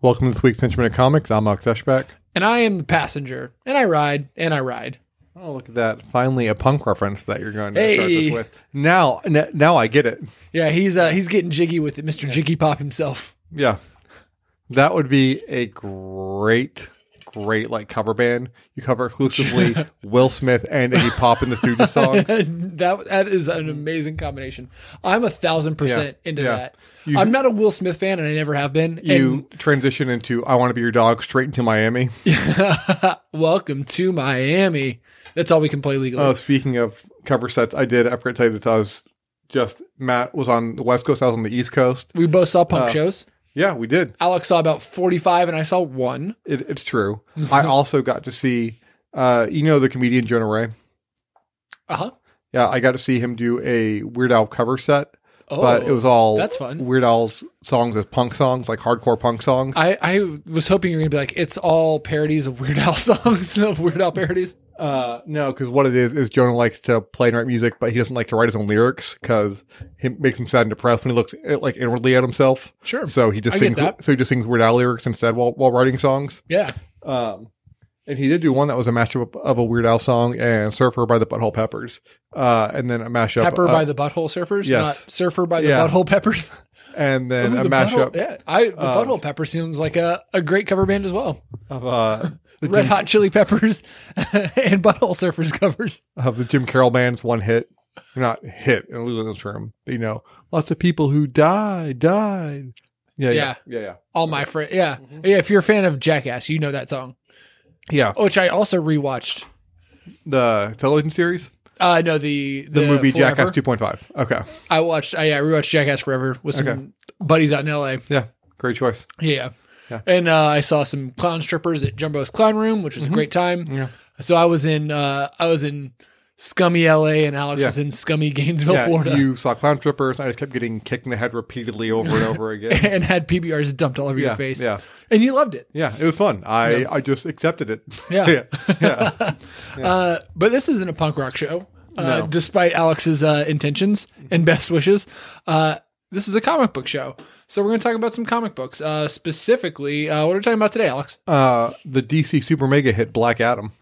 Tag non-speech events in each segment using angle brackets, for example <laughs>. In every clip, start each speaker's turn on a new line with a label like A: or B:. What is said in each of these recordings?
A: Welcome to this week's Henchman of Comics. I'm Mark Deshback.
B: and I am the passenger, and I ride, and I ride.
A: Oh, look at that! Finally, a punk reference that you're going to start
B: Hey.
A: this with. Now, n- now I get it.
B: Yeah, he's uh, he's getting jiggy with it, Mister Jiggy Pop himself. <laughs>
A: Yeah, that would be a great, great like cover band. You cover exclusively Will Smith and Iggy Pop in the Stooges song.
B: that that is an amazing combination. I'm a thousand percent
A: Yeah,
B: into
A: yeah.
B: that.
A: You-
B: I'm not a Will Smith fan, and I never have been.
A: You transition into "I Want to Be Your Dog" straight into Miami.
B: And <laughs> welcome to Miami. That's all we can play legally.
A: Oh, speaking of cover sets, I did. I forgot to tell you this. I was just Matt was on the West Coast. I was on the East Coast.
B: we both saw
A: Oh.
B: punk shows.
A: Yeah, we did.
B: Alex saw about 45, and I saw one.
A: It, it's true. <laughs> I also got to see, uh, you know, the comedian Jonah Ray.
B: Uh
A: Uh-huh.
B: huh.
A: Yeah, I got to see him do a Weird Al cover set,
B: Oh,
A: but it was all
B: that's fun.
A: Weird Al's songs as punk songs, like hardcore punk songs.
B: I, I was hoping you were gonna be like, it's all parodies of Weird Al <laughs> songs of Weird Al parodies.
A: Uh, no, because what it is is Jonah likes to play and write music, but he doesn't like to write his own lyrics because it makes him sad and depressed when he looks uh, like inwardly at himself.
B: Sure.
A: So he just
B: I get
A: sings.
B: that.
A: So he just sings Weird Al lyrics instead while while writing songs.
B: Yeah.
A: Um, and he did do one that was a mashup of a Weird Al song and Surfer by the Butthole Peppers, uh, and then a mashup
B: Pepper
A: uh,
B: by the Butthole Surfers,
A: yes.
B: not Surfer by the
A: Yeah.
B: Butthole Peppers. <laughs>
A: and then
B: Ooh,
A: a
B: the
A: mashup
B: Butthole, yeah, I, the
A: Uh,
B: Butthole Pepper seems like a, a great cover band as well.
A: of uh, the
B: Red
A: Jim,
B: Hot Chili Peppers <laughs> and Butthole Surfers <laughs> covers.
A: of the Jim Carroll band's one hit, not hit in Lulin's room. You know, lots of people who died, died. Yeah, yeah, yeah, yeah. Mm-hmm.
B: All my friends. Yeah. yeah. If you're a fan of Jackass, you know that song,
A: Yeah,
B: which I also rewatched.
A: the television series,
B: Uh, no, the,
A: the, movie
B: Forever.
A: Jackass 2.5. Okay,
B: I watched, I, yeah, I rewatched Jackass Forever with some
A: Okay.
B: buddies out in LA.
A: yeah, great choice.
B: Yeah.
A: Yeah.
B: And uh, I saw some clown strippers at Jumbo's Clown Room, which was a great time.
A: Mm-hmm. Yeah.
B: So I was in uh, I was in scummy LA and Alex
A: Yeah.
B: was in scummy Gainesville,
A: yeah,
B: Florida.
A: you saw clown strippers. and I just kept getting kicked in the head repeatedly over and
B: <laughs>
A: over again.
B: <laughs> and had PBRs dumped all over
A: yeah,
B: your face.
A: yeah.
B: And you loved it.
A: Yeah, it was fun. I I just accepted it.
B: Yeah.
A: <laughs> yeah, yeah.
B: Uh, but this isn't a punk rock show, uh,
A: No.
B: despite Alex's uh, intentions and best wishes. Uh, this is a comic book show. So we're going to talk about some comic books. Uh, specifically, uh, what are we talking about today, Alex?
A: Uh, the DC Super Mega hit Black Adam.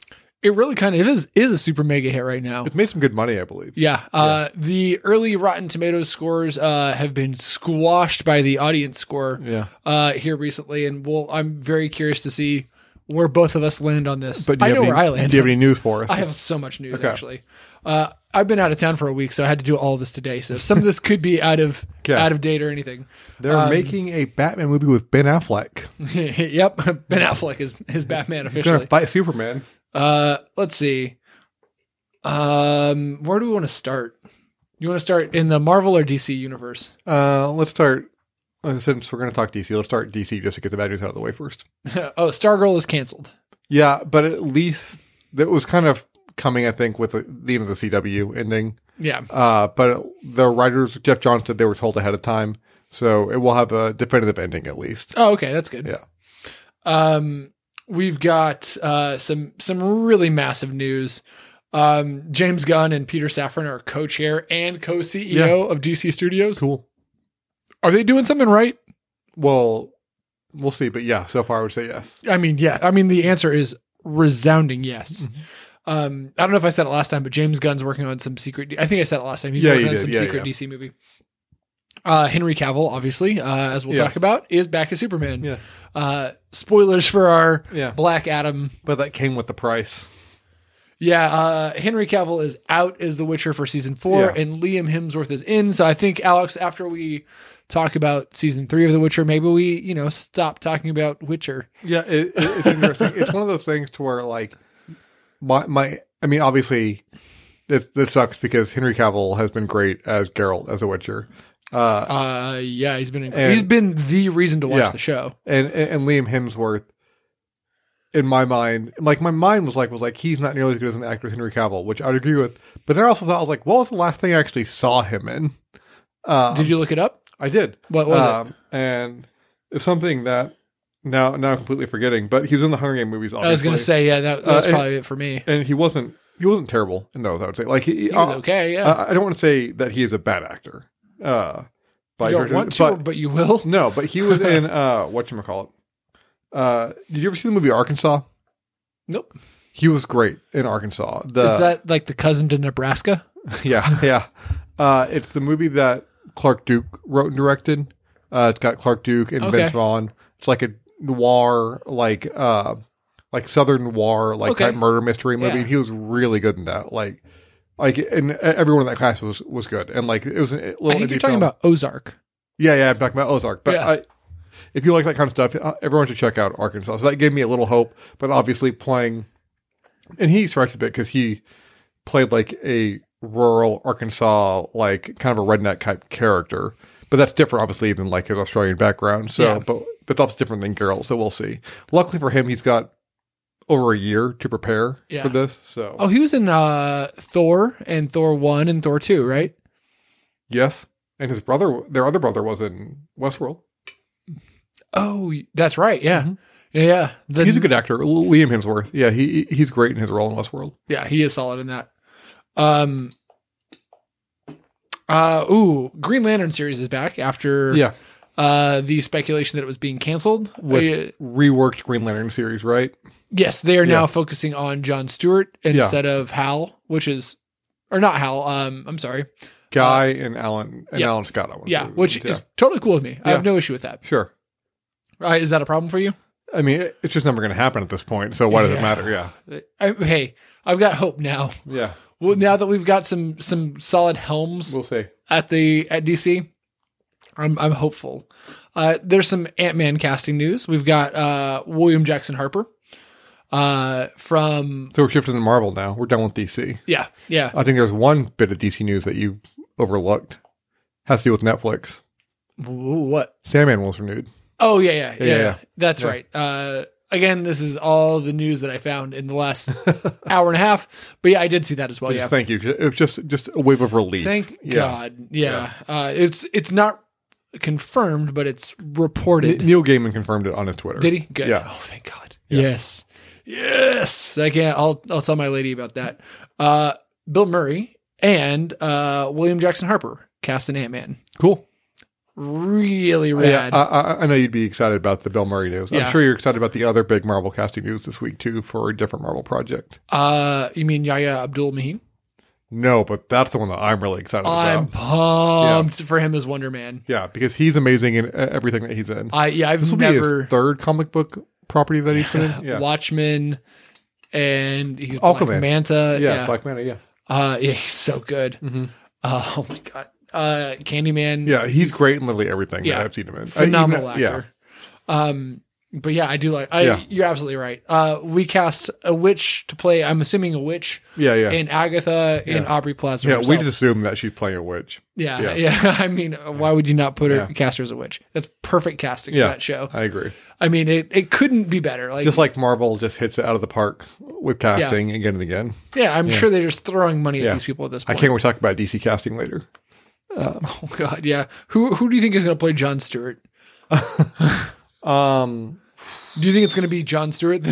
B: It really kind of is is a super mega hit right now.
A: It's made some good money, I believe.
B: Yeah, uh, the early Rotten Tomatoes scores uh, have been squashed by the audience score
A: Yeah,
B: uh, here recently, and we'll, I'm very curious to see where both of us land on this.
A: but do
B: I
A: you
B: know
A: have any,
B: where I land.
A: Do you have any news for us?
B: I have so much news
A: Okay.
B: actually. Uh, I've been out of town for a week, so I had to do all of this today. So some of this could be out of
A: <laughs> Okay.
B: out of date or anything. <laughs>
A: They're
B: um,
A: making a Batman movie with Ben Affleck.
B: yep, <laughs> Ben Affleck is is Batman
A: He's gonna
B: officially.
A: fight Superman.
B: Uh, let's see. Um, where do we want to start? You want to start in the Marvel or DC universe?
A: Uh, let's start. uh, Since we're gonna talk DC, let's start DC just to get the bad news out of the way first.
B: <laughs> oh, Stargirl is canceled.
A: Yeah, but at least that was kind of coming, I think, with the end of the CW ending.
B: Yeah.
A: Uh, but the writers, Jeff Johns said they were told ahead of time, so it will have a definitive ending at least.
B: Oh, okay, that's good.
A: Yeah.
B: Um, we've got uh, some some really massive news. Um, James Gunn and Peter Safran are co-chair and co-CEO of DC Studios.
A: Cool.
B: Are they doing something right?
A: Well, we'll see, but yeah, so far I would say yes.
B: I mean, yeah. I mean, the answer is resounding yes.
A: Mm-hmm.
B: Um, I don't know if I said it last time, but James Gunn's working on some secret. I think I said it last time. He's
A: Yeah,
B: working
A: you
B: on
A: did.
B: some
A: Yeah,
B: secret
A: yeah.
B: DC movie. Uh, Henry Cavill, obviously, uh, as we'll
A: Yeah.
B: talk about, is back as Superman.
A: Yeah.
B: Uh, spoilers for our
A: Yeah.
B: Black Adam
A: But that came with the price.
B: Yeah, uh, Henry Cavill is out as The Witcher for season four,
A: Yeah.
B: and Liam Hemsworth is in. So I think Alex, after we talk about season three of The Witcher, maybe we you know stop talking about Witcher.
A: Yeah, it, it, it's interesting. it's one of those things to where like my my I mean obviously this this sucks because Henry Cavill has been great as Geralt as a Witcher. Uh
B: Uh, yeah, he's been in,
A: And-
B: he's been the reason to watch
A: Yeah.
B: the show.
A: and and, and Liam Hemsworth in my mind like my mind was like was like he's not nearly as good as an actor as Henry Cavill, which I'd agree with. But then I also thought I was like, what was the last thing I actually saw him in? Uh
B: Did you look it up?
A: I did.
B: What was it?
A: um, And it's Um, something that now now I'm completely forgetting, but he was in the Hunger Game movies. Obviously.
B: I was gonna say, yeah, that, that
A: Uh,
B: was
A: and-
B: probably it for me.
A: and he wasn't he wasn't terrible in those. I would say like he,
B: He was
A: uh,
B: okay, yeah.
A: I, I don't want to say that he is a bad actor. Uh, by
B: you don't
A: virtue-
B: want to, but,
A: but-
B: you will.
A: no, but he was in uh, what you call it. Uh, did you ever see the movie Arkansas?
B: Nope.
A: He was great in Arkansas. The,
B: Is that like the cousin to Nebraska?
A: <laughs> yeah, yeah. Uh, it's the movie that Clark Duke wrote and directed. Uh, it's got Clark Duke and
B: Okay.
A: Vince Vaughn. It's like a noir, like uh, like Southern noir, like
B: Okay.
A: type murder mystery movie.
B: Yeah.
A: He was really good in that. Like, like, and uh, everyone in that class was was good. And like, it was a little.
B: I think
A: indie
B: you're talking
A: film.
B: about Ozark.
A: Yeah, yeah, I'm talking about Ozark. But
B: Yeah.
A: I, if you like that kind of stuff, uh, everyone should check out Arkansas. So that gave me a little hope. But obviously, playing, and he stretched a bit because he played like a rural Arkansas, like kind of a redneck type character. But that's different, obviously, than like his Australian background. So,
B: Yeah.
A: but but that's different than Geralt. So we'll see. Luckily for him, he's got over a year to prepare
B: Yeah.
A: for this. So
B: Oh, he was in uh, Thor and Thor one and Thor two, right?
A: yes, and his brother, their other brother, was in Westworld.
B: Oh, that's right. Yeah,
A: Mhm.
B: yeah. The,
A: he's a good actor, Liam Hemsworth. Yeah, he he's great in his role in Westworld.
B: yeah, he is solid in that. Um. Uh ooh, Green Lantern series is back after
A: Yeah,
B: uh the speculation that it was being canceled.
A: With-
B: Uh,
A: reworked Green Lantern series, right?
B: yes, they are
A: Yeah.
B: now focusing on John Stewart
A: Yeah.
B: instead of Hal, which is or not Hal. Um, I'm sorry.
A: Guy and Alan and
B: Uh, yeah.
A: Alan Scott. I want
B: Yeah, which is totally cool with me. I
A: Yeah.
B: have no issue with that.
A: sure.
B: Uh, is that a problem for you?
A: I mean, it- it's just never going to happen at this point. So why does
B: Yeah.
A: it matter? Yeah,
B: Uh, I, hey, I've got hope now.
A: yeah.
B: Well, now that we've got some some solid helms
A: We'll see.
B: at the at DC, I'm I'm hopeful. Uh, there's some Ant Man casting news. We've got uh, William Jackson Harper uh, from
A: So we're shifting to Marvel now. We're done with DC.
B: yeah yeah
A: I think there's one bit of DC news that you overlooked. Has to do with Netflix.
B: Ooh, what
A: Sandman was renewed.
B: oh yeah yeah yeah,
A: Yeah, yeah.
B: yeah. that's
A: Yeah.
B: right. Uh, again, this is all the news that I found in the last <laughs> hour and a half. But yeah, I did see that as well.
A: Yes,
B: Oh, Yeah,
A: Thank you. It was just just a wave of relief.
B: Thank
A: Yeah.
B: God. Yeah. Uh, it's it's not confirmed, but it's
A: N-
B: reported.
A: Neil Gaiman confirmed it on his Twitter.
B: Did he? Good.
A: Yeah.
B: Oh, thank God.
A: Yeah.
B: Yes. Yes. I can't. I'll I'll tell my lady about that. Uh, Bill Murray and uh, William Jackson Harper cast an Ant Man.
A: Cool.
B: Really
A: Oh, Yeah, Uh,
B: rad.
A: I, I, I know you'd be excited about the Bill Murray news.
B: Yeah.
A: I'm sure you're excited about the other big Marvel casting news this week too for a different Marvel project.
B: uh, you mean Yahya Abdul Mahin?
A: No, but that's the one that I'm really excited
B: I'm
A: about.
B: pumped for him as Wonder Man.
A: Yeah, because he's amazing in uh, everything that he's in.
B: I yeah, I've
A: This will be
B: never
A: his third comic book property that he's been
B: <laughs>
A: in. Yeah,
B: Watchmen, and he's Black
A: Aquaman.
B: Manta.
A: yeah, Black Manta. Yeah,
B: Uh, yeah, he's so good.
A: Mhm.
B: Uh, oh my god, uh, Candyman,
A: yeah, he's great in literally everything
B: Yeah.
A: that I've seen him in. Uh,
B: phenomenal
A: even-
B: actor. Um, but yeah, I do like. I,
A: Yeah.
B: You're absolutely right. Uh, we cast a witch to play. I'm assuming a witch
A: Yeah, yeah, yeah.
B: in Agatha in
A: Yeah.
B: Aubrey Plaza.
A: yeah, we
B: herself.
A: just assume that she's playing a witch.
B: yeah, yeah, <laughs>
A: yeah.
B: I mean, why would you not put her
A: Yeah.
B: cast her as a witch? That's perfect casting
A: Yeah.
B: for that show.
A: I agree.
B: I mean, it it couldn't be better. Like,
A: Just like Marvel just hits it out of the park with casting again and again.
B: yeah, I'm
A: yeah.
B: sure they're just throwing money at
A: Yeah.
B: these people at this
A: I
B: point. <laughs>
A: can't wait to talk about DC casting later.
B: Oh God, yeah. Who who do you think is going to play John Stewart?
A: Um,
B: Do you think it's going to be John
A: <laughs>
B: Stewart?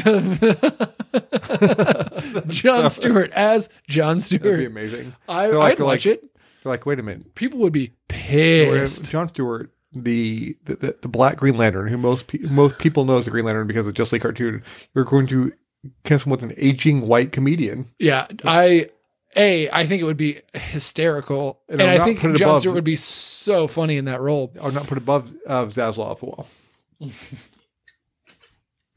B: <laughs> John Stewart as John
A: that'd be
B: Stewart.
A: amazing.
B: I,
A: They're like-
B: I'd
A: they're
B: watch
A: like-
B: it.
A: You're like, wait a minute.
B: People would be
A: Whereas
B: pissed.
A: John Stewart, the, the- the the Black Green Lantern, who most pe- most people know as the Green Lantern because of Just League cartoon, you're going to cancel him with an aging white comedian.
B: Yeah, I a I think it would be hysterical,
A: And
B: and,
A: I'm
B: I
A: not
B: think
A: putting it
B: John
A: above-
B: Stewart would be so funny in that role.
A: I'll not put above uh, Zaslav. Well,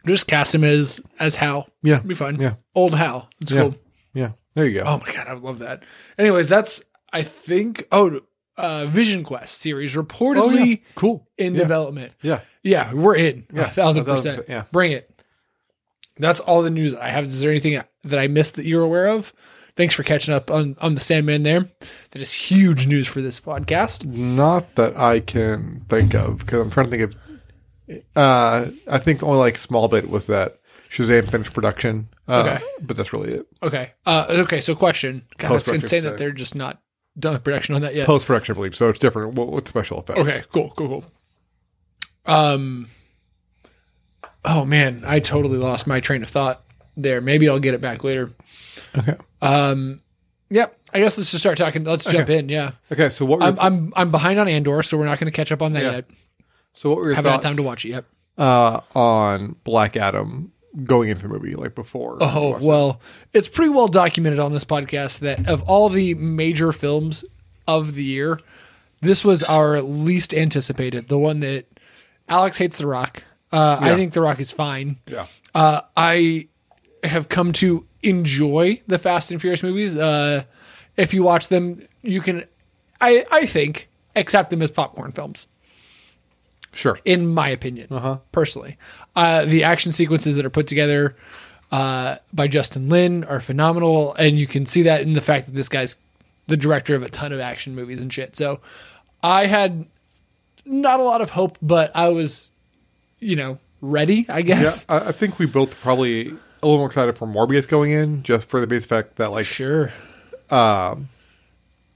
B: Just cast him as as Hal.
A: Yeah.
B: It'd be fun.
A: Yeah.
B: old Hal. It's
A: Yeah.
B: cool.
A: yeah, there you go.
B: Oh my god, I would love that. Anyways, that's I think oh uh Vision Quest series reportedly
A: cool.
B: in
A: Oh, Yeah.
B: development.
A: Yeah.
B: Yeah, we're in.
A: Yeah,
B: a thousand
A: a thousand
B: percent.
A: per- yeah.
B: Bring it. That's all the news I have. Is there anything that I missed that you're aware of? Thanks for catching up on, on the Sandman there. That is huge news for this podcast.
A: Not that I can think of because I'm trying to think of. Uh, I think the only like small bit was that Shazam finished production. Uh,
B: Okay.
A: but that's really it.
B: Okay. Uh, okay, so question. God, it's
A: Post-production,
B: insane that
A: sorry.
B: they're just not done with production on that yet.
A: Post production, I believe. So it's different. What, what special effects?
B: Okay, cool, cool, cool. Um oh man, I totally lost my train of thought there. Maybe I'll get it back later.
A: Okay.
B: Um, yeah, I guess let's just start talking. Let's jump in. Yeah,
A: Okay, so what were your,
B: I'm, I'm I'm behind on Andor, so we're not going to catch up on that
A: Yeah.
B: yet.
A: so what were your
B: Haven't had
A: thoughts
B: time to watch it yet.
A: uh, on Black Adam going into the movie like before?
B: Oh, well, it's pretty well documented on this podcast that of all the major films of the year, this was our least anticipated. The one that Alex hates The Rock. Uh, I
A: Yeah.
B: think The Rock is fine.
A: yeah,
B: Uh, I have come to enjoy the Fast and Furious movies. Uh, if you watch them, you can, I, I think, accept them as popcorn films
A: sure.
B: in my opinion,
A: Uh-huh.
B: personally. Uh, the action sequences that are put together uh, by Justin Lin are phenomenal, and you can see that in the fact that this guy's the director of a ton of action movies and shit. So I had not a lot of hope, but I was, you know, ready, I
A: Yeah,
B: guess.
A: I, I think we both probably a little more excited for Morbius going in, just for the base fact that like
B: Sure.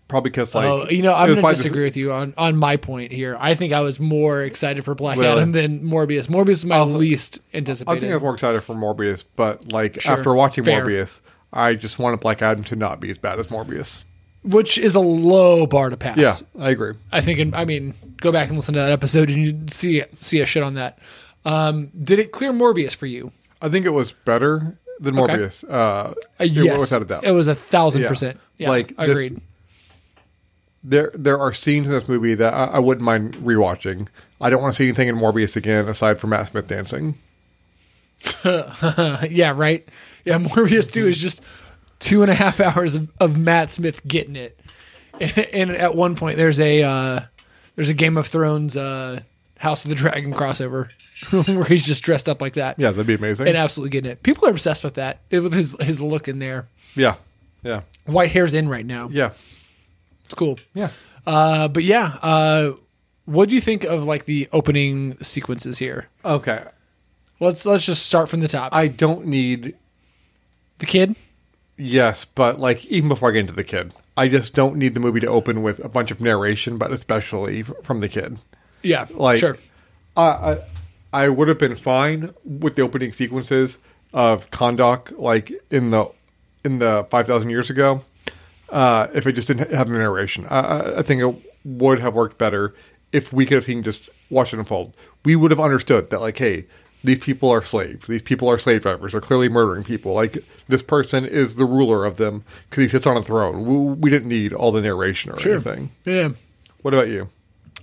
A: probably because like
B: oh, you know, I'm
A: it was
B: going to
A: probably just-
B: disagree with you on, on my point here. I think I was more excited for Black
A: Really?
B: Adam than Morbius. Morbius is my least
A: I
B: anticipated.
A: think I was more excited for Morbius, but like
B: Sure,
A: after watching
B: fair.
A: Morbius, I just wanted Black Adam to not be as bad as Morbius.
B: which is a low bar to pass.
A: Yeah, I agree.
B: I think I mean go back and listen to that episode and you see see a shit on that. Um, did it clear Morbius for you?
A: I think it was better than
B: Okay.
A: Morbius. Uh,
B: Uh,
A: it-
B: yes,
A: without a doubt.
B: it was a thousand
A: Yeah.
B: percent. Yeah,
A: Like,
B: like
A: this-
B: agreed.
A: there there are scenes in this movie that I, I wouldn't mind rewatching. I don't want to see anything in Morbius again aside from Matt Smith dancing.
B: Uh, yeah, right. Yeah, <laughs> Morbius two is just two and a half hours of, of Matt Smith getting it. <laughs> And, and at one point, there's a uh, there's a Game of Thrones uh, House of the Dragon crossover <laughs> where he's just dressed up like that
A: Yeah, that'd be amazing.
B: and uh, absolutely getting it. People are obsessed with that it, with his his look in there.
A: yeah, yeah,
B: White hair's in right now.
A: yeah,
B: It's cool.
A: yeah.
B: Uh, but yeah, uh, what do you think of like the opening sequences here?
A: Okay,
B: Let's let's just start from the top.
A: I don't need
B: the kid.
A: Yes, but like even before I get into the kid, I just don't need the movie to open with a bunch of narration, but especially f- from the kid.
B: Yeah,
A: Like,
B: sure.
A: I I, I would have been fine with the opening sequences of Kondok, like in the in the five thousand years ago, uh, if it just didn't have the narration. I, I, I think it would have worked better if we could have seen just watch it unfold. We would have understood that, like, hey, these people are slaves. These people are slave drivers. They're clearly murdering people. Like, this person is the ruler of them because he sits on a throne. We, we didn't need all the narration or anything.
B: Yeah,
A: What about you?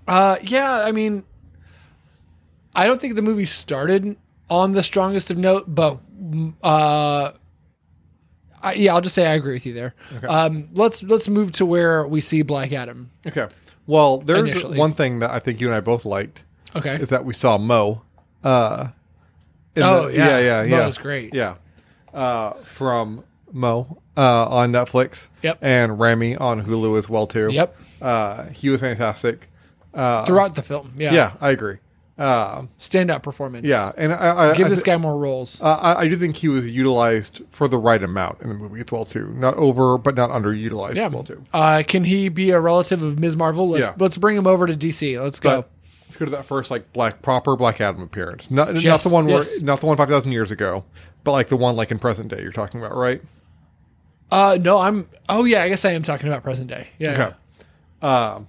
B: uh, yeah. I mean, I don't think the movie started on the strongest of note, but mm, uh, I, yeah, I'll just say I agree with you there. Um, let's let's move to where we see Black Adam.
A: Okay. Well, there's
B: Initially.
A: one thing that I think you and I both liked
B: Okay.
A: is that we saw Mo. Uh, in
B: Oh,
A: the- yeah,
B: yeah.
A: yeah,
B: Mo
A: yeah.
B: is great.
A: Yeah, uh, from Mo uh, on Netflix.
B: Yep.
A: and Rami on Hulu as well too.
B: Yep.
A: uh, he was fantastic.
B: Throughout the film, yeah,
A: Uh, Yeah, I agree. Uh,
B: standout performance.
A: yeah, and I, I
B: give
A: I
B: this
A: thi-
B: guy more roles.
A: uh, I, I do think he was utilized for the right amount in the movie as well too. Not over, but not underutilized
B: Yeah.
A: as well too.
B: Uh, can he be a relative of Ms. Marvel? Let's,
A: Yeah.
B: let's bring him over to DC. Let's go.
A: But let's go to that first like black proper Black Adam appearance. Not not
B: Yes,
A: the one where
B: yes.
A: not the one five thousand years ago, but like the one like in present day you're talking about, right?
B: Uh, no, I'm. Oh yeah, I guess I am talking about present day. Yeah, because
A: Okay. Um,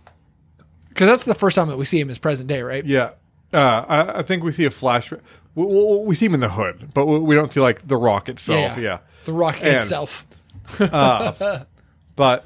B: that's the first time that we see him is present day, right?
A: yeah. Uh, I, I think we see a flash. We, we, we see him in the hood, but we, we don't see like the rock itself. Yeah.
B: The Rock
A: And-
B: itself.
A: But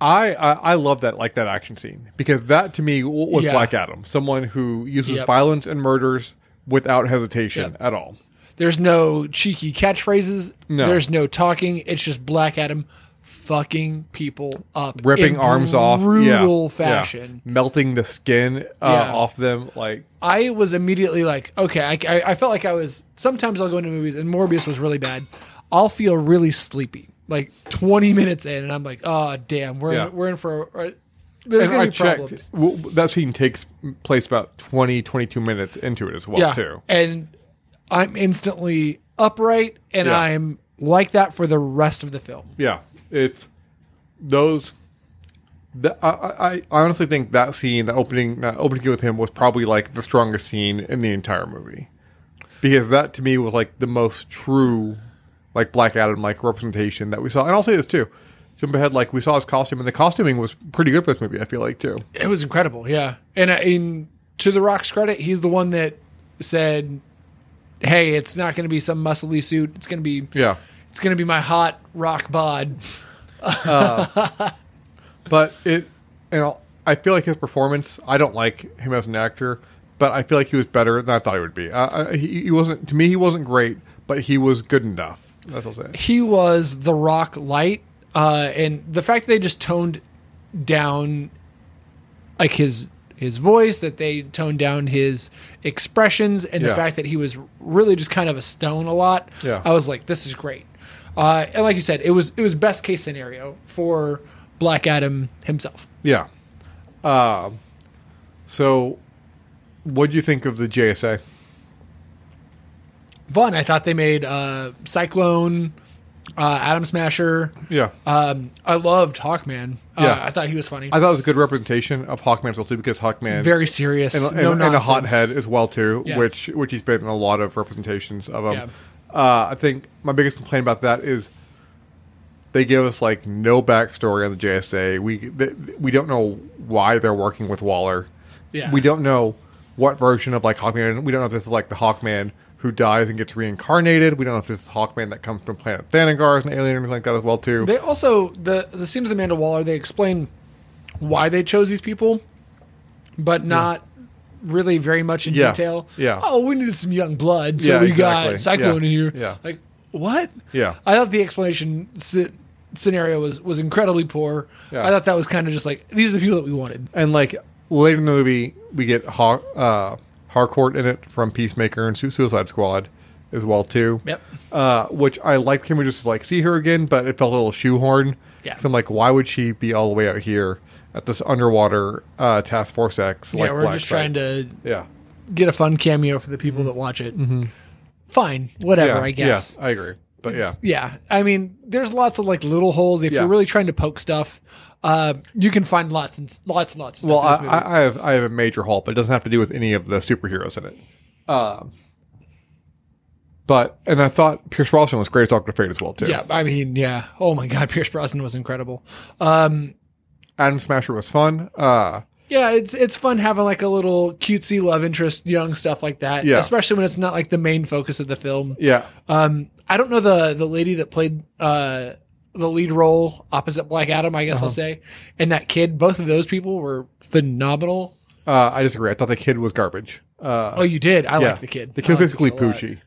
A: I, I I love that like that action scene because that to me w- was
B: Yeah.
A: Black Adam, someone who uses
B: Yep.
A: violence and murders without hesitation
B: Yep.
A: at all.
B: There's no cheeky catchphrases.
A: No.
B: There's no talking. It's just Black Adam fucking people up,
A: ripping
B: in
A: arms off, yeah,
B: brutal
A: yeah.
B: fashion.
A: melting the skin uh,
B: Yeah.
A: off them. Like,
B: I was immediately like, okay, I, I, I felt like I was. Sometimes I'll go into movies, and Morbius was really bad. I'll feel really sleepy, like 20 minutes in, and I'm like, oh damn, we're
A: Yeah.
B: in, we're in for. A, a- there's
A: and
B: gonna
A: I
B: be
A: checked
B: problems.
A: w- w- that scene takes place about 20, 22 minutes into it as well,
B: Yeah,
A: too.
B: and I'm instantly upright, and
A: Yeah.
B: I'm like that for the rest of the film.
A: Yeah, it's those Th- I, I, I honestly think that scene, the opening, uh, opening with him, was probably like the strongest scene in the entire movie, because that to me was like the most true, like Black Adam like representation that we saw. And I'll say this too, jump ahead, like we saw his costume, and the costuming was pretty good for this movie. I feel like too.
B: It was incredible, yeah. And, uh, and to The Rock's credit, he's the one that said, "Hey, it's not going to be some muscly suit. It's going to be
A: Yeah,
B: it's going to be my hot rock bod."
A: but it, you know, I feel like his performance. I don't like him as an actor, but I feel like he was better than I thought he would be. Uh, I, he, he wasn't to me. He wasn't great, but he was good enough. That's what I'll say.
B: He was The Rock light, uh, and the fact that they just toned down like his his voice, that they toned down his expressions, and the
A: Yeah.
B: fact that he was really just kind of a stone a lot.
A: Yeah.
B: I was like, this is great. Uh, and like you said, it was it was best case scenario for Black Adam himself.
A: Yeah. Um, so, what do you think of the JSA?
B: fun. I thought they made uh, Cyclone, uh, Atom Smasher.
A: Yeah,
B: Um, I loved Hawkman. Uh,
A: Yeah.
B: I thought he was funny.
A: I thought it was a good representation of Hawkman as well too, because Hawkman
B: Very serious.
A: and,
B: no
A: and, and a
B: nonsense.
A: hothead as well too,
B: Yeah.
A: which which he's been in a lot of representations of him. Uh, I think my biggest complaint about that is they give us like no backstory on the JSA. We th- we don't know why they're working with Waller.
B: Yeah.
A: We don't know what version of like Hawkman. We don't know if this is like the Hawkman who dies and gets reincarnated. We don't know if this is Hawkman that comes from planet Thanagar as an alien or anything like that as well too.
B: They also the the scene with Amanda Waller. They explain why they chose these people, but not really very much in
A: Yeah.
B: detail.
A: Yeah.
B: Oh, we needed some young blood, so
A: Yeah,
B: we
A: exactly.
B: got Cyclone
A: Yeah.
B: in here.
A: Yeah.
B: Like what?
A: Yeah.
B: I thought the explanation sce- scenario was was incredibly poor.
A: Yeah.
B: I thought that was kind of just like these are the people that we wanted.
A: And like later in the movie, we get Har- uh, Harcourt in it from Peacemaker and Su- Suicide Squad as well too.
B: Yep.
A: Uh, which I liked him. We just like see her again, but it felt a little shoehorn.
B: Yeah.
A: So I'm like, why would she be all the way out here at this underwater uh, Task Force X?
B: yeah, we're just trying to
A: Yeah.
B: get a fun cameo for the people that watch it. Fine,
A: Mm-hmm.
B: whatever,
A: yeah.
B: I guess.
A: Yeah, I agree. But yeah.
B: Yeah. I mean, there's lots of like little holes. If
A: Yeah.
B: you're really trying to poke stuff, uh, you can find lots and s- lots and lots of stuff.
A: Well, I,
B: in this movie.
A: I, I have I have a major halt, but it doesn't have to do with any of the superheroes in it. Um, but and I thought Pierce Brosnan was great as Doctor Fate as well too.
B: yeah, I mean, yeah. Oh my <laughs> God, Pierce Brosnan was incredible.
A: Adam Smasher was fun. Uh,
B: Yeah, it's it's fun having like a little cutesy love interest, young stuff like that.
A: Yeah.
B: especially when it's not like the main focus of the film.
A: yeah, Uh,
B: Um, I don't know the the lady that played uh the lead role opposite Black Adam, I guess
A: Uh-huh.
B: I'll say, and that kid. Both of those people were phenomenal.
A: uh, I disagree. I thought the kid was garbage. Uh,
B: Oh, you did. I
A: yeah,
B: like the kid.
A: The kid
B: I
A: was
B: liked
A: basically
B: kid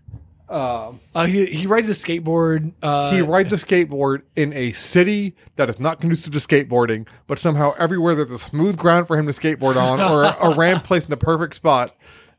B: a lot.
A: Poochie.
B: Uh, he he rides a skateboard. Uh,
A: He rides a skateboard in a city that is not conducive to skateboarding, but somehow everywhere there's a smooth ground for him to skateboard on or a, a
B: <laughs>
A: ramp placed in the perfect spot.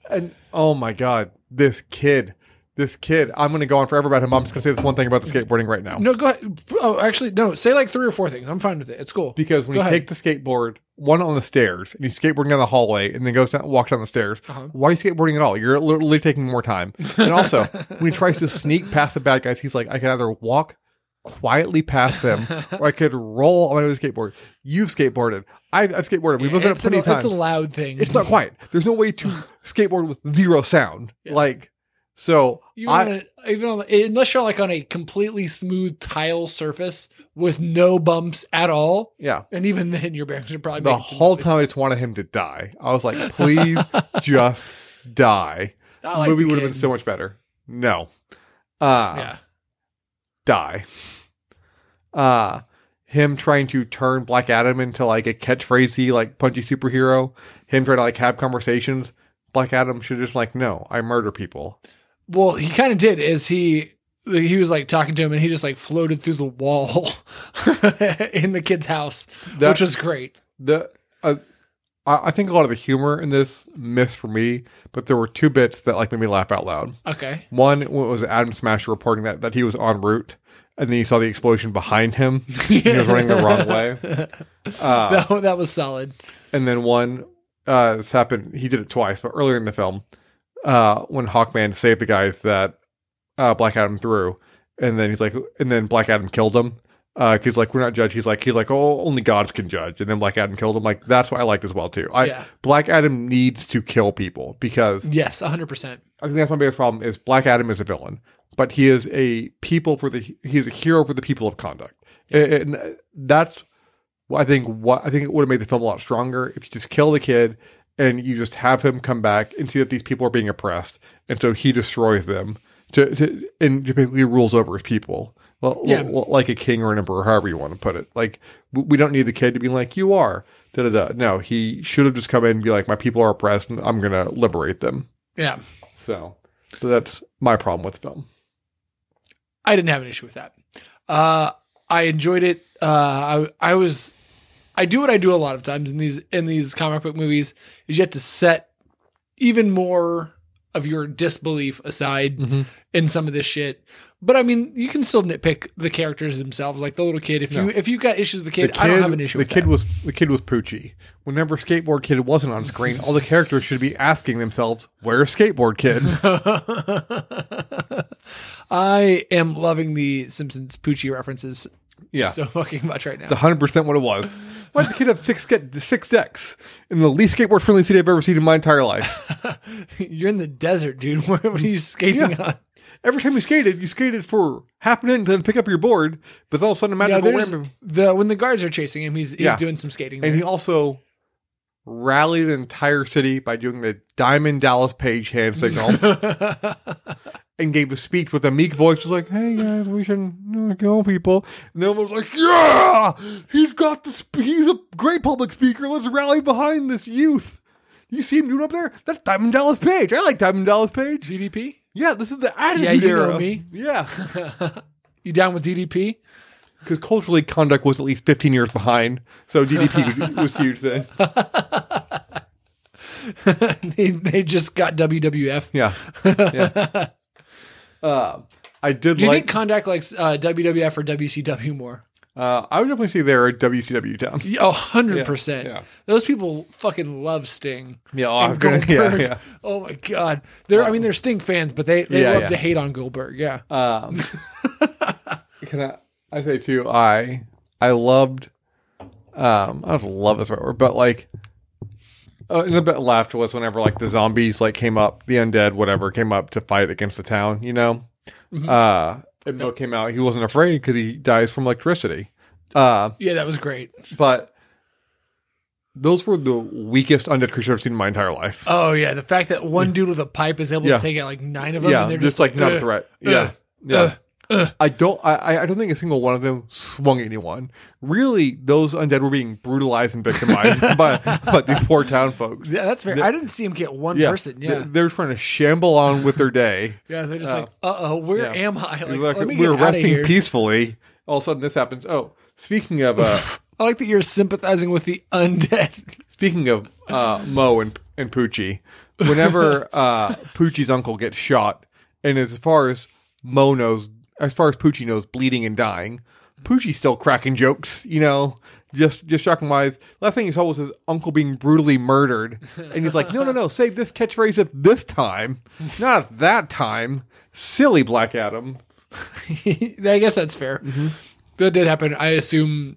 A: And oh my god, this kid, this kid. I'm going to go on forever about him. I'm just going to say this one thing about the skateboarding right now.
B: no, go ahead. Oh, actually, no. Say like three or four things. I'm fine with it. It's cool.
A: Because when
B: Go
A: you
B: ahead.
A: take the skateboard, one on the stairs, and he's skateboarding down the hallway, and then goes down, walks down the stairs.
B: Uh-huh.
A: Why are you skateboarding at all? You're literally taking more time. And
B: <laughs>
A: also, when he tries to sneak past the bad guys, he's like, I can either walk quietly past them,
B: <laughs>
A: or I could roll on my other skateboard. You've skateboarded. I've, I've skateboarded. We've done it
B: it's,
A: plenty
B: a,
A: of times.
B: it's a loud thing.
A: It's not quiet. There's no way to
B: <laughs>
A: skateboard with zero sound. Like, so
B: Even
A: I.
B: on a, even on the, unless you're like on a completely smooth tile surface with no bumps at all,
A: yeah.
B: and even then your bearings are probably
A: The
B: making some
A: whole
B: noise.
A: time I just wanted him to die. I was like,
B: <laughs>
A: please just die.
B: I like
A: the movie
B: the
A: would have
B: kid.
A: been so much better. No. Uh
B: Yeah.
A: die. Uh him trying to turn Black Adam into like a catchphrasey, like punchy superhero. Him trying to like have conversations. Black Adam should just like, no, I murder people.
B: Well, he kind of did. Is he? He was like talking to him, and he just like floated through the wall <laughs> in the kid's house,
A: That-
B: which was great.
A: the uh, I I think a lot of the humor in this missed for me, but there were two bits that like made me laugh out loud.
B: Okay.
A: One when it was Adam Smasher reporting that that he was en route, and then you saw the explosion behind him. and <laughs> he was running the
B: <laughs>
A: wrong way. Uh,
B: that, that was solid.
A: and then one uh, this happened. He did it twice, but earlier in the film, uh, when Hawkman saved the guys that uh, Black Adam threw, and then he's like, and then Black Adam killed him. Uh, 'cause, like we're not judged. He's like he's like oh only gods can judge. And then Black Adam killed him. Like that's what I liked as well too. I
B: Yeah.
A: Black Adam needs to kill people because
B: Yes, 100%.
A: I think that's my biggest problem is Black Adam is a villain, but he is a people for the he is a hero for the people of conduct, and, and that's what I think. What I think it would have made the film a lot stronger if you just kill the kid and you just have him come back and see that these people are being oppressed, and so he destroys them to, to and basically rules over his people. Well,
B: Yeah.
A: l- like a king or an emperor, however you want to put it. Like w- we don't need the kid to be like you are. Da, da, da. No, he should have just come in and be like, my people are oppressed, and I'm gonna liberate them.
B: Yeah.
A: So, so that's my problem with the film.
B: I didn't have an issue with that. Uh, I enjoyed it. Uh, I, I was, I do what I do a lot of times in these in these comic book movies is you have to set even more of your disbelief aside
A: Mhm.
B: in some of this shit. But I mean, you can still nitpick the characters themselves, like the little kid. If you if you've got issues with the kid, I don't have an issue.
A: The
B: with
A: kid
B: that.
A: was the kid was Poochie. Whenever Skateboard Kid wasn't on screen,
B: <laughs>
A: all the characters should be asking themselves, "Where's Skateboard Kid?"
B: I am loving the Simpsons Poochie references
A: Yeah,
B: so <laughs> fucking much right now.
A: it's hundred percent what it was. Why did the kid have six get six decks in the least skateboard friendly city I've ever seen in my entire
B: <laughs>
A: life?
B: You're in the desert, dude. <laughs> What what are you skating on?
A: Every time you skated, you skated for half a minute and then pick up your board, but then all of a sudden, a
B: Yeah,
A: magical
B: there's
A: random-
B: the when the guards are chasing him, he's he's
A: Yeah.
B: doing some skating.
A: and
B: there.
A: he also rallied an entire city by doing the Diamond Dallas Page hand
B: <laughs>
A: signal. and gave a speech with a meek voice, was like, "Hey guys, we shouldn't uh, kill people." And then was like, "Yeah, he's got the sp- he's a great public speaker. Let's rally behind this youth." You see him doing up there? That's Diamond Dallas Page. I like Diamond Dallas Page.
B: DDP,
A: Yeah, this is the attitude
B: Yeah, you
A: era.
B: know me.
A: Yeah,
B: you down with
A: <laughs>
B: DDP?
A: because culturally, conduct was at least fifteen years behind,
B: <laughs>
A: so DDP was huge then.
B: they, they just got WWF.
A: Yeah, yeah. <laughs> Uh, I did
B: Do you
A: like.
B: think Kondak likes uh, WWF or WCW more?
A: uh, I would definitely say they're a WCW town.
B: Yeah, A hundred
A: Yeah,
B: percent.
A: yeah.
B: Those people fucking love Sting.
A: Yeah,
B: and Goldberg. Oh my god, they're I mean they're Sting fans, but they they
A: Yeah,
B: love
A: yeah.
B: to hate on Goldberg. Yeah,
A: <laughs> Um, can I? I say too. I I loved. Um, I don't know if love is the right word, but like, uh, and a bit laughter was whenever like the zombies like came up, the undead, whatever, came up to fight against the town. You know, uh, and Mo came out. He wasn't afraid because he dies from electricity. Uh,
B: yeah, that was great.
A: but those were the weakest undead creatures I've seen in my entire life.
B: Oh yeah, the fact that one dude with a pipe is able
A: Yeah.
B: to take out like nine of them,
A: yeah,
B: and they're
A: just, like not a
B: "Ugh."
A: threat. Yeah, yeah.
B: uh,
A: I don't. I- I, I don't think a single one of them swung at anyone. Really, those undead were being brutalized and
B: <laughs>
A: victimized by by these poor town folks.
B: Yeah, that's fair. I didn't see him get one person.
A: They-
B: Yeah,
A: they, were trying to shamble on with their day.
B: yeah, they're just like, uh oh, where
A: Yeah.
B: am I? Like,
A: Like,
B: let me
A: we were
B: get out of
A: resting
B: here.
A: peacefully. All of a sudden, this happens. Oh, speaking of uh,
B: I like that you're sympathizing with the undead. <laughs>
A: speaking of uh, Mo and and Poochie, whenever uh, Poochie's uncle gets shot, and as far as Mo knows, as far as Poochie knows, bleeding and dying, Poochie's still cracking jokes. You know, just just shocking wise. Last thing he saw was his uncle being brutally murdered, and he's like, "No, no, no! Say this catchphrase at this time, not at that time." Silly Black Adam.
B: I guess that's fair. That did happen. I assume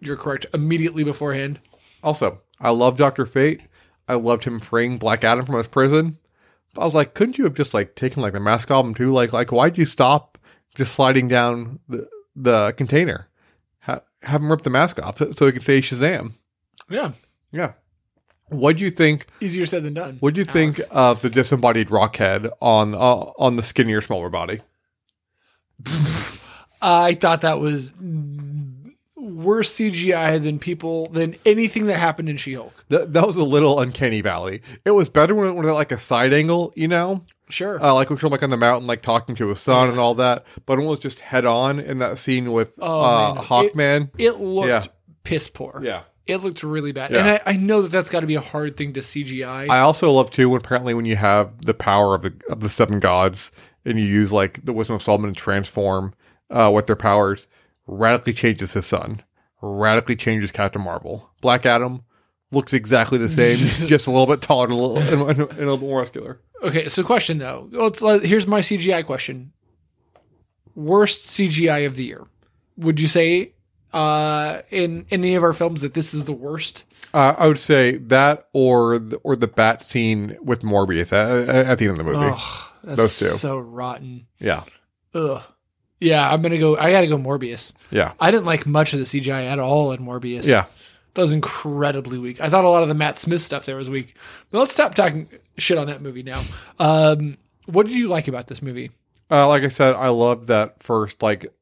B: you're correct. Immediately beforehand,
A: Also, I love Doctor Fate. I loved him freeing Black Adam from his prison. I was like, couldn't you have just like taken like the mask off him too? Like, like why'd you stop just sliding down the the container? Ha- have him rip the mask off so he could say Shazam.
B: yeah,
A: Yeah. What do you think?
B: easier said than done.
A: What do you think of the disembodied rock head on uh, on the skinnier, smaller body?
B: I thought that was worse CGI than people than anything that happened in She-Hulk.
A: That, that was a little uncanny valley. It was better when it was like a side angle, you know.
B: Sure.
A: uh, like we showed him like on the mountain, like talking to his son and all that. But it was just head on in that scene with
B: Oh,
A: uh,
B: man.
A: Hawkman.
B: it looked
A: yeah.
B: piss poor.
A: yeah.
B: It looked really bad.
A: Yeah.
B: And I, I know that that's got to be a hard thing to CGI.
A: I also love too when apparently when you have the power of the of the seven gods and you use like the wisdom of Solomon to transform uh, with their powers, radically changes his son, radically changes Captain Marvel. Black Adam looks exactly the
B: <laughs>
A: same, just a little bit taller and a little, and, and a little bit more muscular.
B: Okay, so question though. Let's let, here's my CGI question. Worst CGI of the year. would you say uh, in any of our films that this is the worst?
A: Uh, I would say that or the, or the bat scene with Morbius at, at the end of the movie.
B: Ugh, that's
A: Those two.
B: so rotten.
A: Yeah,
B: Ugh. Yeah, I'm gonna go. I gotta go Morbius.
A: yeah,
B: I didn't like much of the CGI at all in Morbius.
A: yeah.
B: that was incredibly weak. I thought a lot of the Matt Smith stuff there was weak. But let's stop talking shit on that movie now. Um, what did you like about this movie?
A: Uh, like I said, I loved that first like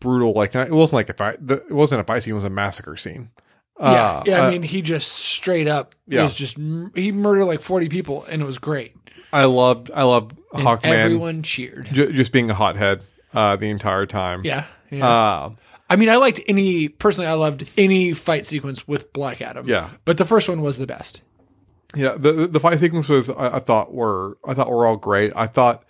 A: brutal like not, it wasn't like a fight. The, it wasn't a fight scene. It was a massacre scene. Uh,
B: yeah, yeah.
A: uh,
B: I mean, he just straight up
A: Yeah.
B: was just he murdered like 40 people, and it was great.
A: I loved I loved
B: And
A: Hawkman
B: everyone cheered.
A: ju- just being a hothead uh, the entire time.
B: Yeah, yeah.
A: Uh,
B: I mean, I liked any personally. I loved any fight sequence with Black Adam.
A: Yeah.
B: but the first one was the best.
A: Yeah, the the fight sequences I, I thought were I thought were all great. I thought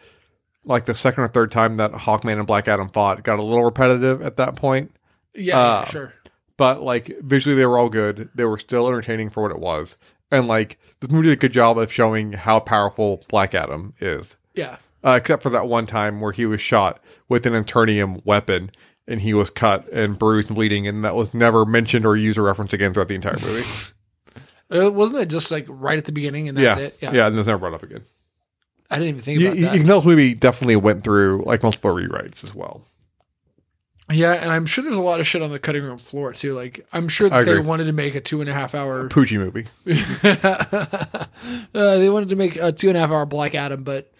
A: like the second or third time that Hawkman and Black Adam fought got a little repetitive at that point,
B: Yeah,
A: Uh,
B: yeah, sure.
A: but like visually they were all good. They were still entertaining for what it was, and like this movie did a good job of showing how powerful Black Adam is.
B: Yeah,
A: Uh, except for that one time where he was shot with an Eternium weapon and he was cut and bruised and bleeding, and that was never mentioned or used or referenced again throughout the entire movie.
B: Uh, wasn't it just like right at the beginning, and <laughs> that's
A: yeah.
B: it?
A: yeah, and it was never brought up again.
B: I didn't even think
A: you,
B: about
A: you
B: that.
A: can tell this movie definitely went through like multiple rewrites as well.
B: Yeah, and I'm sure there's a lot of shit on the cutting room floor too. Like I'm sure
A: I
B: that they
A: agree.
B: wanted to make a two and a half hour.
A: Poochie movie.
B: <laughs> uh, they wanted to make a two and a half hour Black Adam, but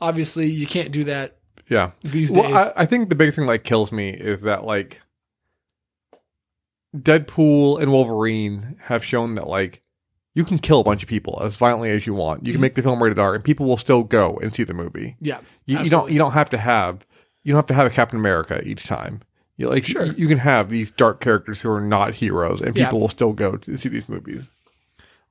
B: obviously you can't do that
A: Yeah.
B: these days.
A: Well, I, I think the big thing like kills me is that like Deadpool and Wolverine have shown that like you can kill a bunch of people as violently as you want. You can
B: Mhm.
A: make the film rated R, and people will still go and see the movie.
B: yeah,
A: You, you don't.
B: Absolutely.
A: You don't have to have. You don't have to have a Captain America each time. You like
B: Sure.
A: you, you can have these dark characters who are not heroes, and
B: Yeah.
A: people will still go to see these movies.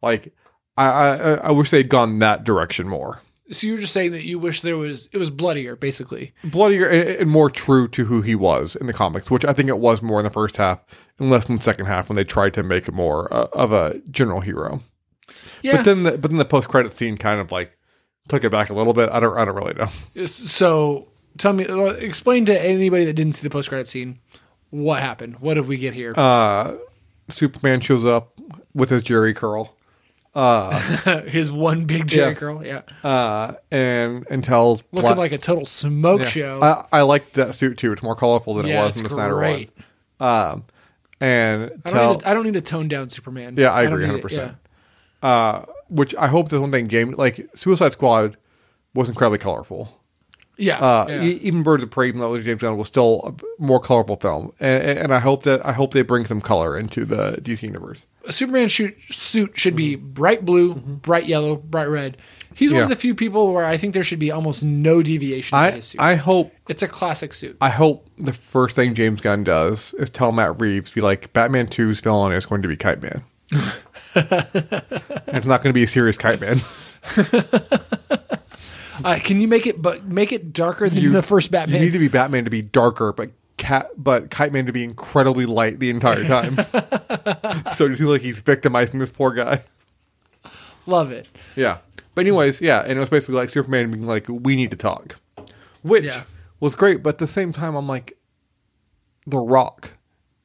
A: Like I, I, I- I wish they'd gone that direction more,
B: so you're just saying that you wish there was it was bloodier, basically.
A: bloodier and, and more true to who he was in the comics, which I think it was more in the first half and less in the second half when they tried to make it more uh, of a general hero.
B: Yeah.
A: But then, the, but then the post credit scene kind of like took it back a little bit. I don't, I don't really know. <laughs>
B: S- so tell me, well, explain to anybody that didn't see the post credit scene what happened. What did we get here?
A: Uh, Superman shows up with his Jerry curl.
B: <laughs> His one big Jerry
A: yeah.
B: curl, yeah,
A: uh, and and tells
B: looking
A: Black-
B: like a total smoke
A: Yeah.
B: show.
A: I, I liked that suit too. It's more colorful than
B: Yeah,
A: it was
B: it's
A: in the Snyder one.
B: great.
A: Um, and
B: I don't,
A: tell
B: need to, I don't need to tone down Superman.
A: yeah, I
B: don't
A: agree,
B: need it,
A: hundred
B: yeah.
A: percent. Uh, which I hope this one thing, James, like Suicide Squad, was incredibly colorful.
B: Yeah.
A: Uh,
B: yeah.
A: e- even Birds of Prey, even though it was James Gunn, was still a more colorful film, and, and and I hope that I hope they bring some color into the DC universe.
B: a Superman shoot, suit should be bright blue, bright yellow, bright red. He's one of
A: Mm-hmm. Yeah.
B: the few people where I think there should be almost no deviation in
A: I
B: his suit.
A: I hope
B: it's a classic suit.
A: I hope the first thing James Gunn does is tell Matt Reeves, be like, Batman 2's villain is going to be Kite
B: <laughs>
A: Man. and it's not going to be a serious Kite Man.
B: Uh, can you make it but make it darker than the first
A: You
B: Batman?
A: need to be Batman to be darker, but cat, but Kite Man to be incredibly light the entire
B: <laughs>
A: time. so you seems like he's victimizing this poor guy.
B: Love it.
A: Yeah. But anyways, yeah, and it was basically like Superman being like, "We need to talk," which
B: Yeah.
A: was great. But at the same time, I'm like, "The Rock,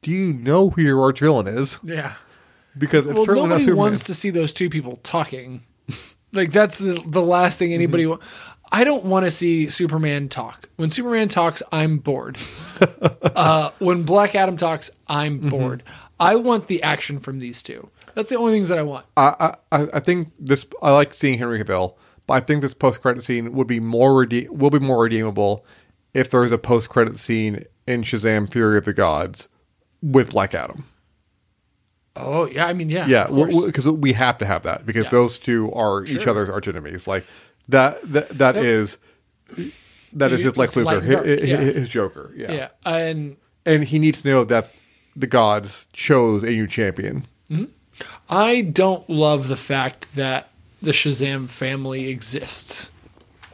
A: do you know who your arch villain is?"
B: Yeah.
A: Because it's
B: Well,
A: certainly not
B: nobody
A: Superman.
B: wants to see those two people talking. <laughs> like that's the the last thing anybody.
A: Mm-hmm.
B: wa- I don't want to see Superman talk. When Superman talks,
A: <laughs>
B: I'm bored. uh, when Black Adam talks, I'm
A: Mm-hmm.
B: bored. I want the action from these two. That's the only things that I want.
A: I, I I- I think this. I like seeing Henry Cavill, but I think this post credit scene would be more rede- will be more redeemable if there was a post credit scene in Shazam: Fury of the Gods with Black Adam.
B: Oh yeah, I mean yeah,
A: Yeah,
B: of course.
A: because we have to have that because
B: Yeah.
A: those two are each
B: Sure.
A: other's arch enemies. Like that that that
B: Yep.
A: is that is
B: You-
A: his Lex
B: it's
A: Luthor,
B: light and
A: his,
B: dark, yeah.
A: his Joker. Yeah.
B: yeah. And
A: and he needs to know that the gods chose a new champion.
B: I don't love the fact that the Shazam family exists.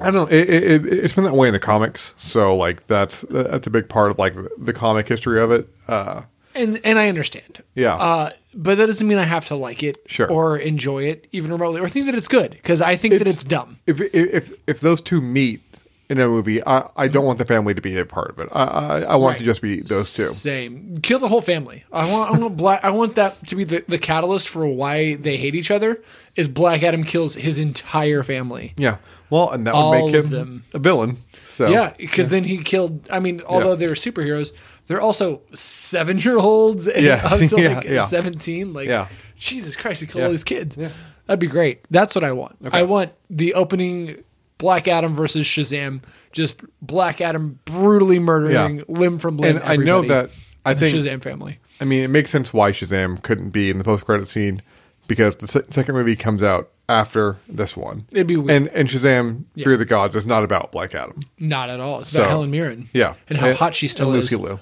A: I don't. It, it, it, it's been that way in the comics, so like that's that's a big part of like the, the comic history of it. Uh,
B: And and I understand.
A: Yeah.
B: Uh, but that doesn't mean I have to like it
A: Sure.
B: or enjoy it even remotely or think that it's good because I think that
A: It's-
B: it's dumb.
A: if if if those two meet in a movie, I, I don't want the family to be a part of it. I I, I want to
B: Right.
A: just be those two.
B: Same. Kill the whole family. I want. I want black. I want that to be the, the catalyst for why they hate each other. Is Black Adam kills his entire family.
A: Yeah. Well, and that would
B: All
A: make
B: of
A: him
B: them.
A: a villain. So
B: Yeah, because then he killed. I mean, although they're superheroes, they're also seven year olds and
A: Yes.
B: up <laughs> until
A: Yeah,
B: like
A: yeah.
B: seventeen. Like,
A: Yeah.
B: Jesus Christ, he killed
A: Yeah.
B: all these kids. That'd be great. That's what I want. I want the opening Black Adam versus Shazam. Just Black Adam brutally murdering
A: Yeah.
B: limb from limb.
A: and I know
B: everybody
A: that I
B: in the
A: think
B: Shazam family.
A: I mean, it makes sense why Shazam couldn't be in the post-credit scene because the se- second movie comes out after this one.
B: It'd be weird.
A: and and Shazam Fury of the Gods is not about Black Adam.
B: Not at all. It's about
A: So,
B: Helen Mirren.
A: Yeah,
B: And how hot she still
A: and
B: is.
A: Lucy Liu.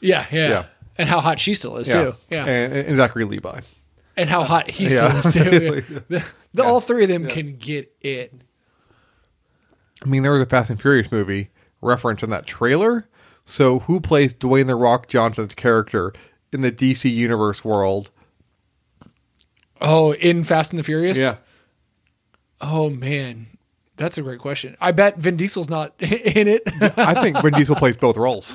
B: Yeah, yeah,
A: Yeah.
B: And how hot she still is too. Yeah. And,
A: and, and Zachary Levi.
B: how hot he
A: Yeah. <laughs>
B: still is too. the, the- All three of them can get it.
A: I mean, there was a Fast and Furious movie reference in that trailer. So who plays Dwayne the Rock Johnson's character in the DC Universe world?
B: Oh, in Fast and the Furious.
A: Yeah,
B: Oh man, that's a great question. I bet Vin Diesel's not <laughs> in it. <laughs>
A: I think Vin Diesel plays both roles.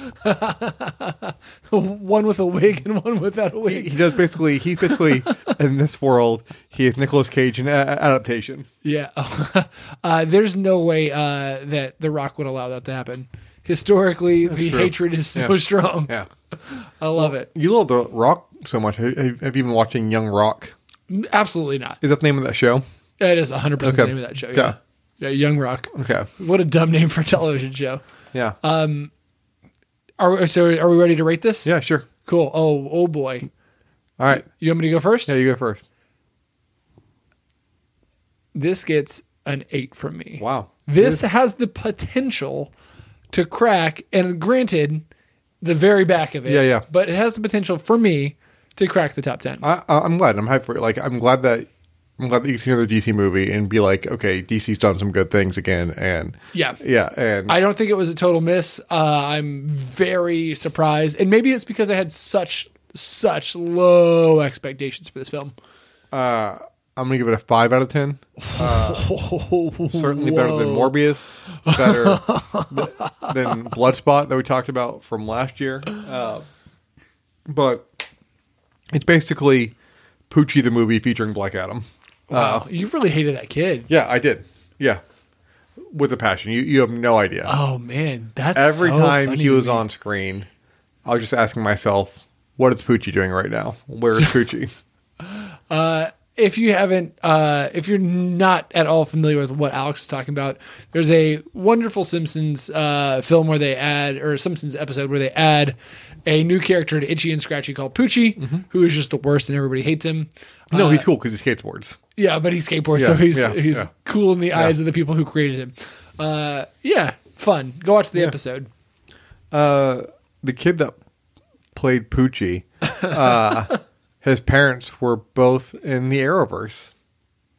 B: one with a wig and one without a
A: He <laughs>
B: wig.
A: does basically. He's basically <laughs> in this world. He is Nicolas Cage in a- a- adaptation.
B: Yeah. <laughs> uh, there's no way uh, that The Rock would allow that to happen. Historically, the
A: true.
B: hatred is so
A: Yeah.
B: strong.
A: Yeah,
B: I love it.
A: you love The Rock so much. Have, have you been watching Young Rock?
B: Absolutely not.
A: Is that the name of that show?
B: That is 100% the
A: Okay.
B: name of that show. Yeah.
A: Yeah.
B: yeah. Young Rock.
A: Okay.
B: What a dumb name for a television show.
A: Yeah.
B: Uh, Are we, so are we ready to rate this?
A: yeah. Sure.
B: Cool. Oh, oh boy.
A: All right.
B: You want me to go first?
A: Yeah, you go first.
B: This gets an 8 from me.
A: Wow.
B: This has the potential to crack and granted the very back of it.
A: Yeah, yeah.
B: But it has the potential for me to crack the top 10.
A: I, I- I'm glad. I'm hyped for it. Like, I'm glad that I'm glad that you can see another DC movie and be like, okay, DC's done some good things again, and
B: yeah.
A: yeah, and
B: I don't think it was a total miss. Uh, I'm very surprised. And maybe it's because I had such such low expectations for this film. <laughs>
A: uh, I'm gonna give it a five out of ten. Certainly better than
B: Whoa.
A: Morbius,
B: <laughs>
A: better th- than Bloodspot that we talked about from last year. Uh, but it's basically Poochie the movie featuring Black Adam.
B: Wow, you really hated that kid.
A: Oh. Yeah, I did. Yeah, with a passion. You you have no idea.
B: Oh man, that's
A: Every
B: so
A: time
B: funny
A: he
B: to
A: was
B: me.
A: on screen, I was just asking myself, what is Poochie doing right now? Where is
B: <laughs>
A: Poochie?
B: If you haven't, uh, if you're not at all familiar with what Alex is talking about, there's a wonderful Simpsons uh, film where they add, or Simpsons episode where they add a new character to Itchy and Scratchy called Poochie, who is just the worst and everybody hates him.
A: Mm-hmm.
B: Uh,
A: no, he's cool because he skateboards.
B: Yeah, but he skateboards,
A: Yeah,
B: so he's
A: yeah,
B: he's
A: yeah.
B: cool in the eyes of the people who created him. Uh, yeah, fun. Go watch the episode.
A: Uh, the kid that played Poochie,
B: <laughs>
A: uh, his parents were both in the Arrowverse.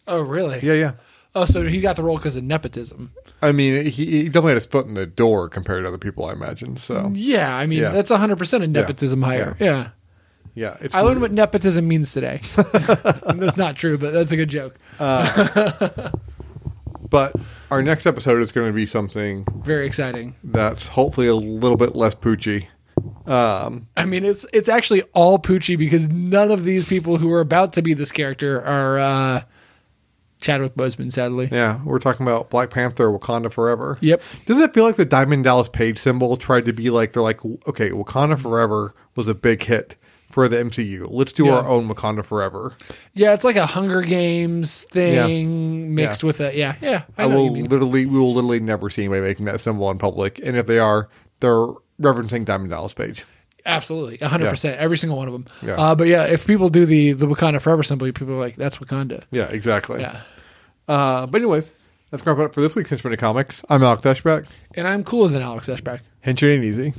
B: Oh, really?
A: Yeah, yeah.
B: Oh, so he got the role because of nepotism.
A: I mean, he, he definitely had his foot in the door compared to other people, I imagine. So,
B: Yeah, I mean
A: Yeah.
B: that's hundred percent a nepotism hire. Yeah.
A: yeah. It's
B: I learned
A: weird.
B: what nepotism means today. <laughs> And that's not true, but that's a good joke.
A: But our next episode is going to be something
B: Very exciting.
A: that's hopefully a little bit less Poochie. Um,
B: I mean, it's it's actually all Poochie because none of these people who are about to be this character are uh, Chadwick Boseman. Sadly,
A: Yeah, we're talking about Black Panther, Wakanda Forever.
B: Yep.
A: Does it feel like the Diamond Dallas Page symbol tried to be like they're like, okay, Wakanda Forever was a big hit for the MCU. Let's do
B: Yeah.
A: our own Wakanda Forever.
B: yeah, it's like a Hunger Games thing mixed
A: Yeah.
B: with a yeah, yeah.
A: I,
B: I, know what
A: will
B: you mean.
A: literally, we will literally never see anybody making that symbol in public. And if they are, they're referencing Diamond Dallas Page.
B: Absolutely, hundred percent, every single one of them.
A: Yeah.
B: Uh, but yeah, if people do the the Wakanda Forever symbol, people are like, "That's Wakanda."
A: Yeah, exactly.
B: Yeah.
A: Uh, but anyways, that's gonna wrap it up for this week's Henchman of Comics. I'm Alec Dashback.
B: And I'm cooler than Alex Eschbach.
A: Henchman ain't easy.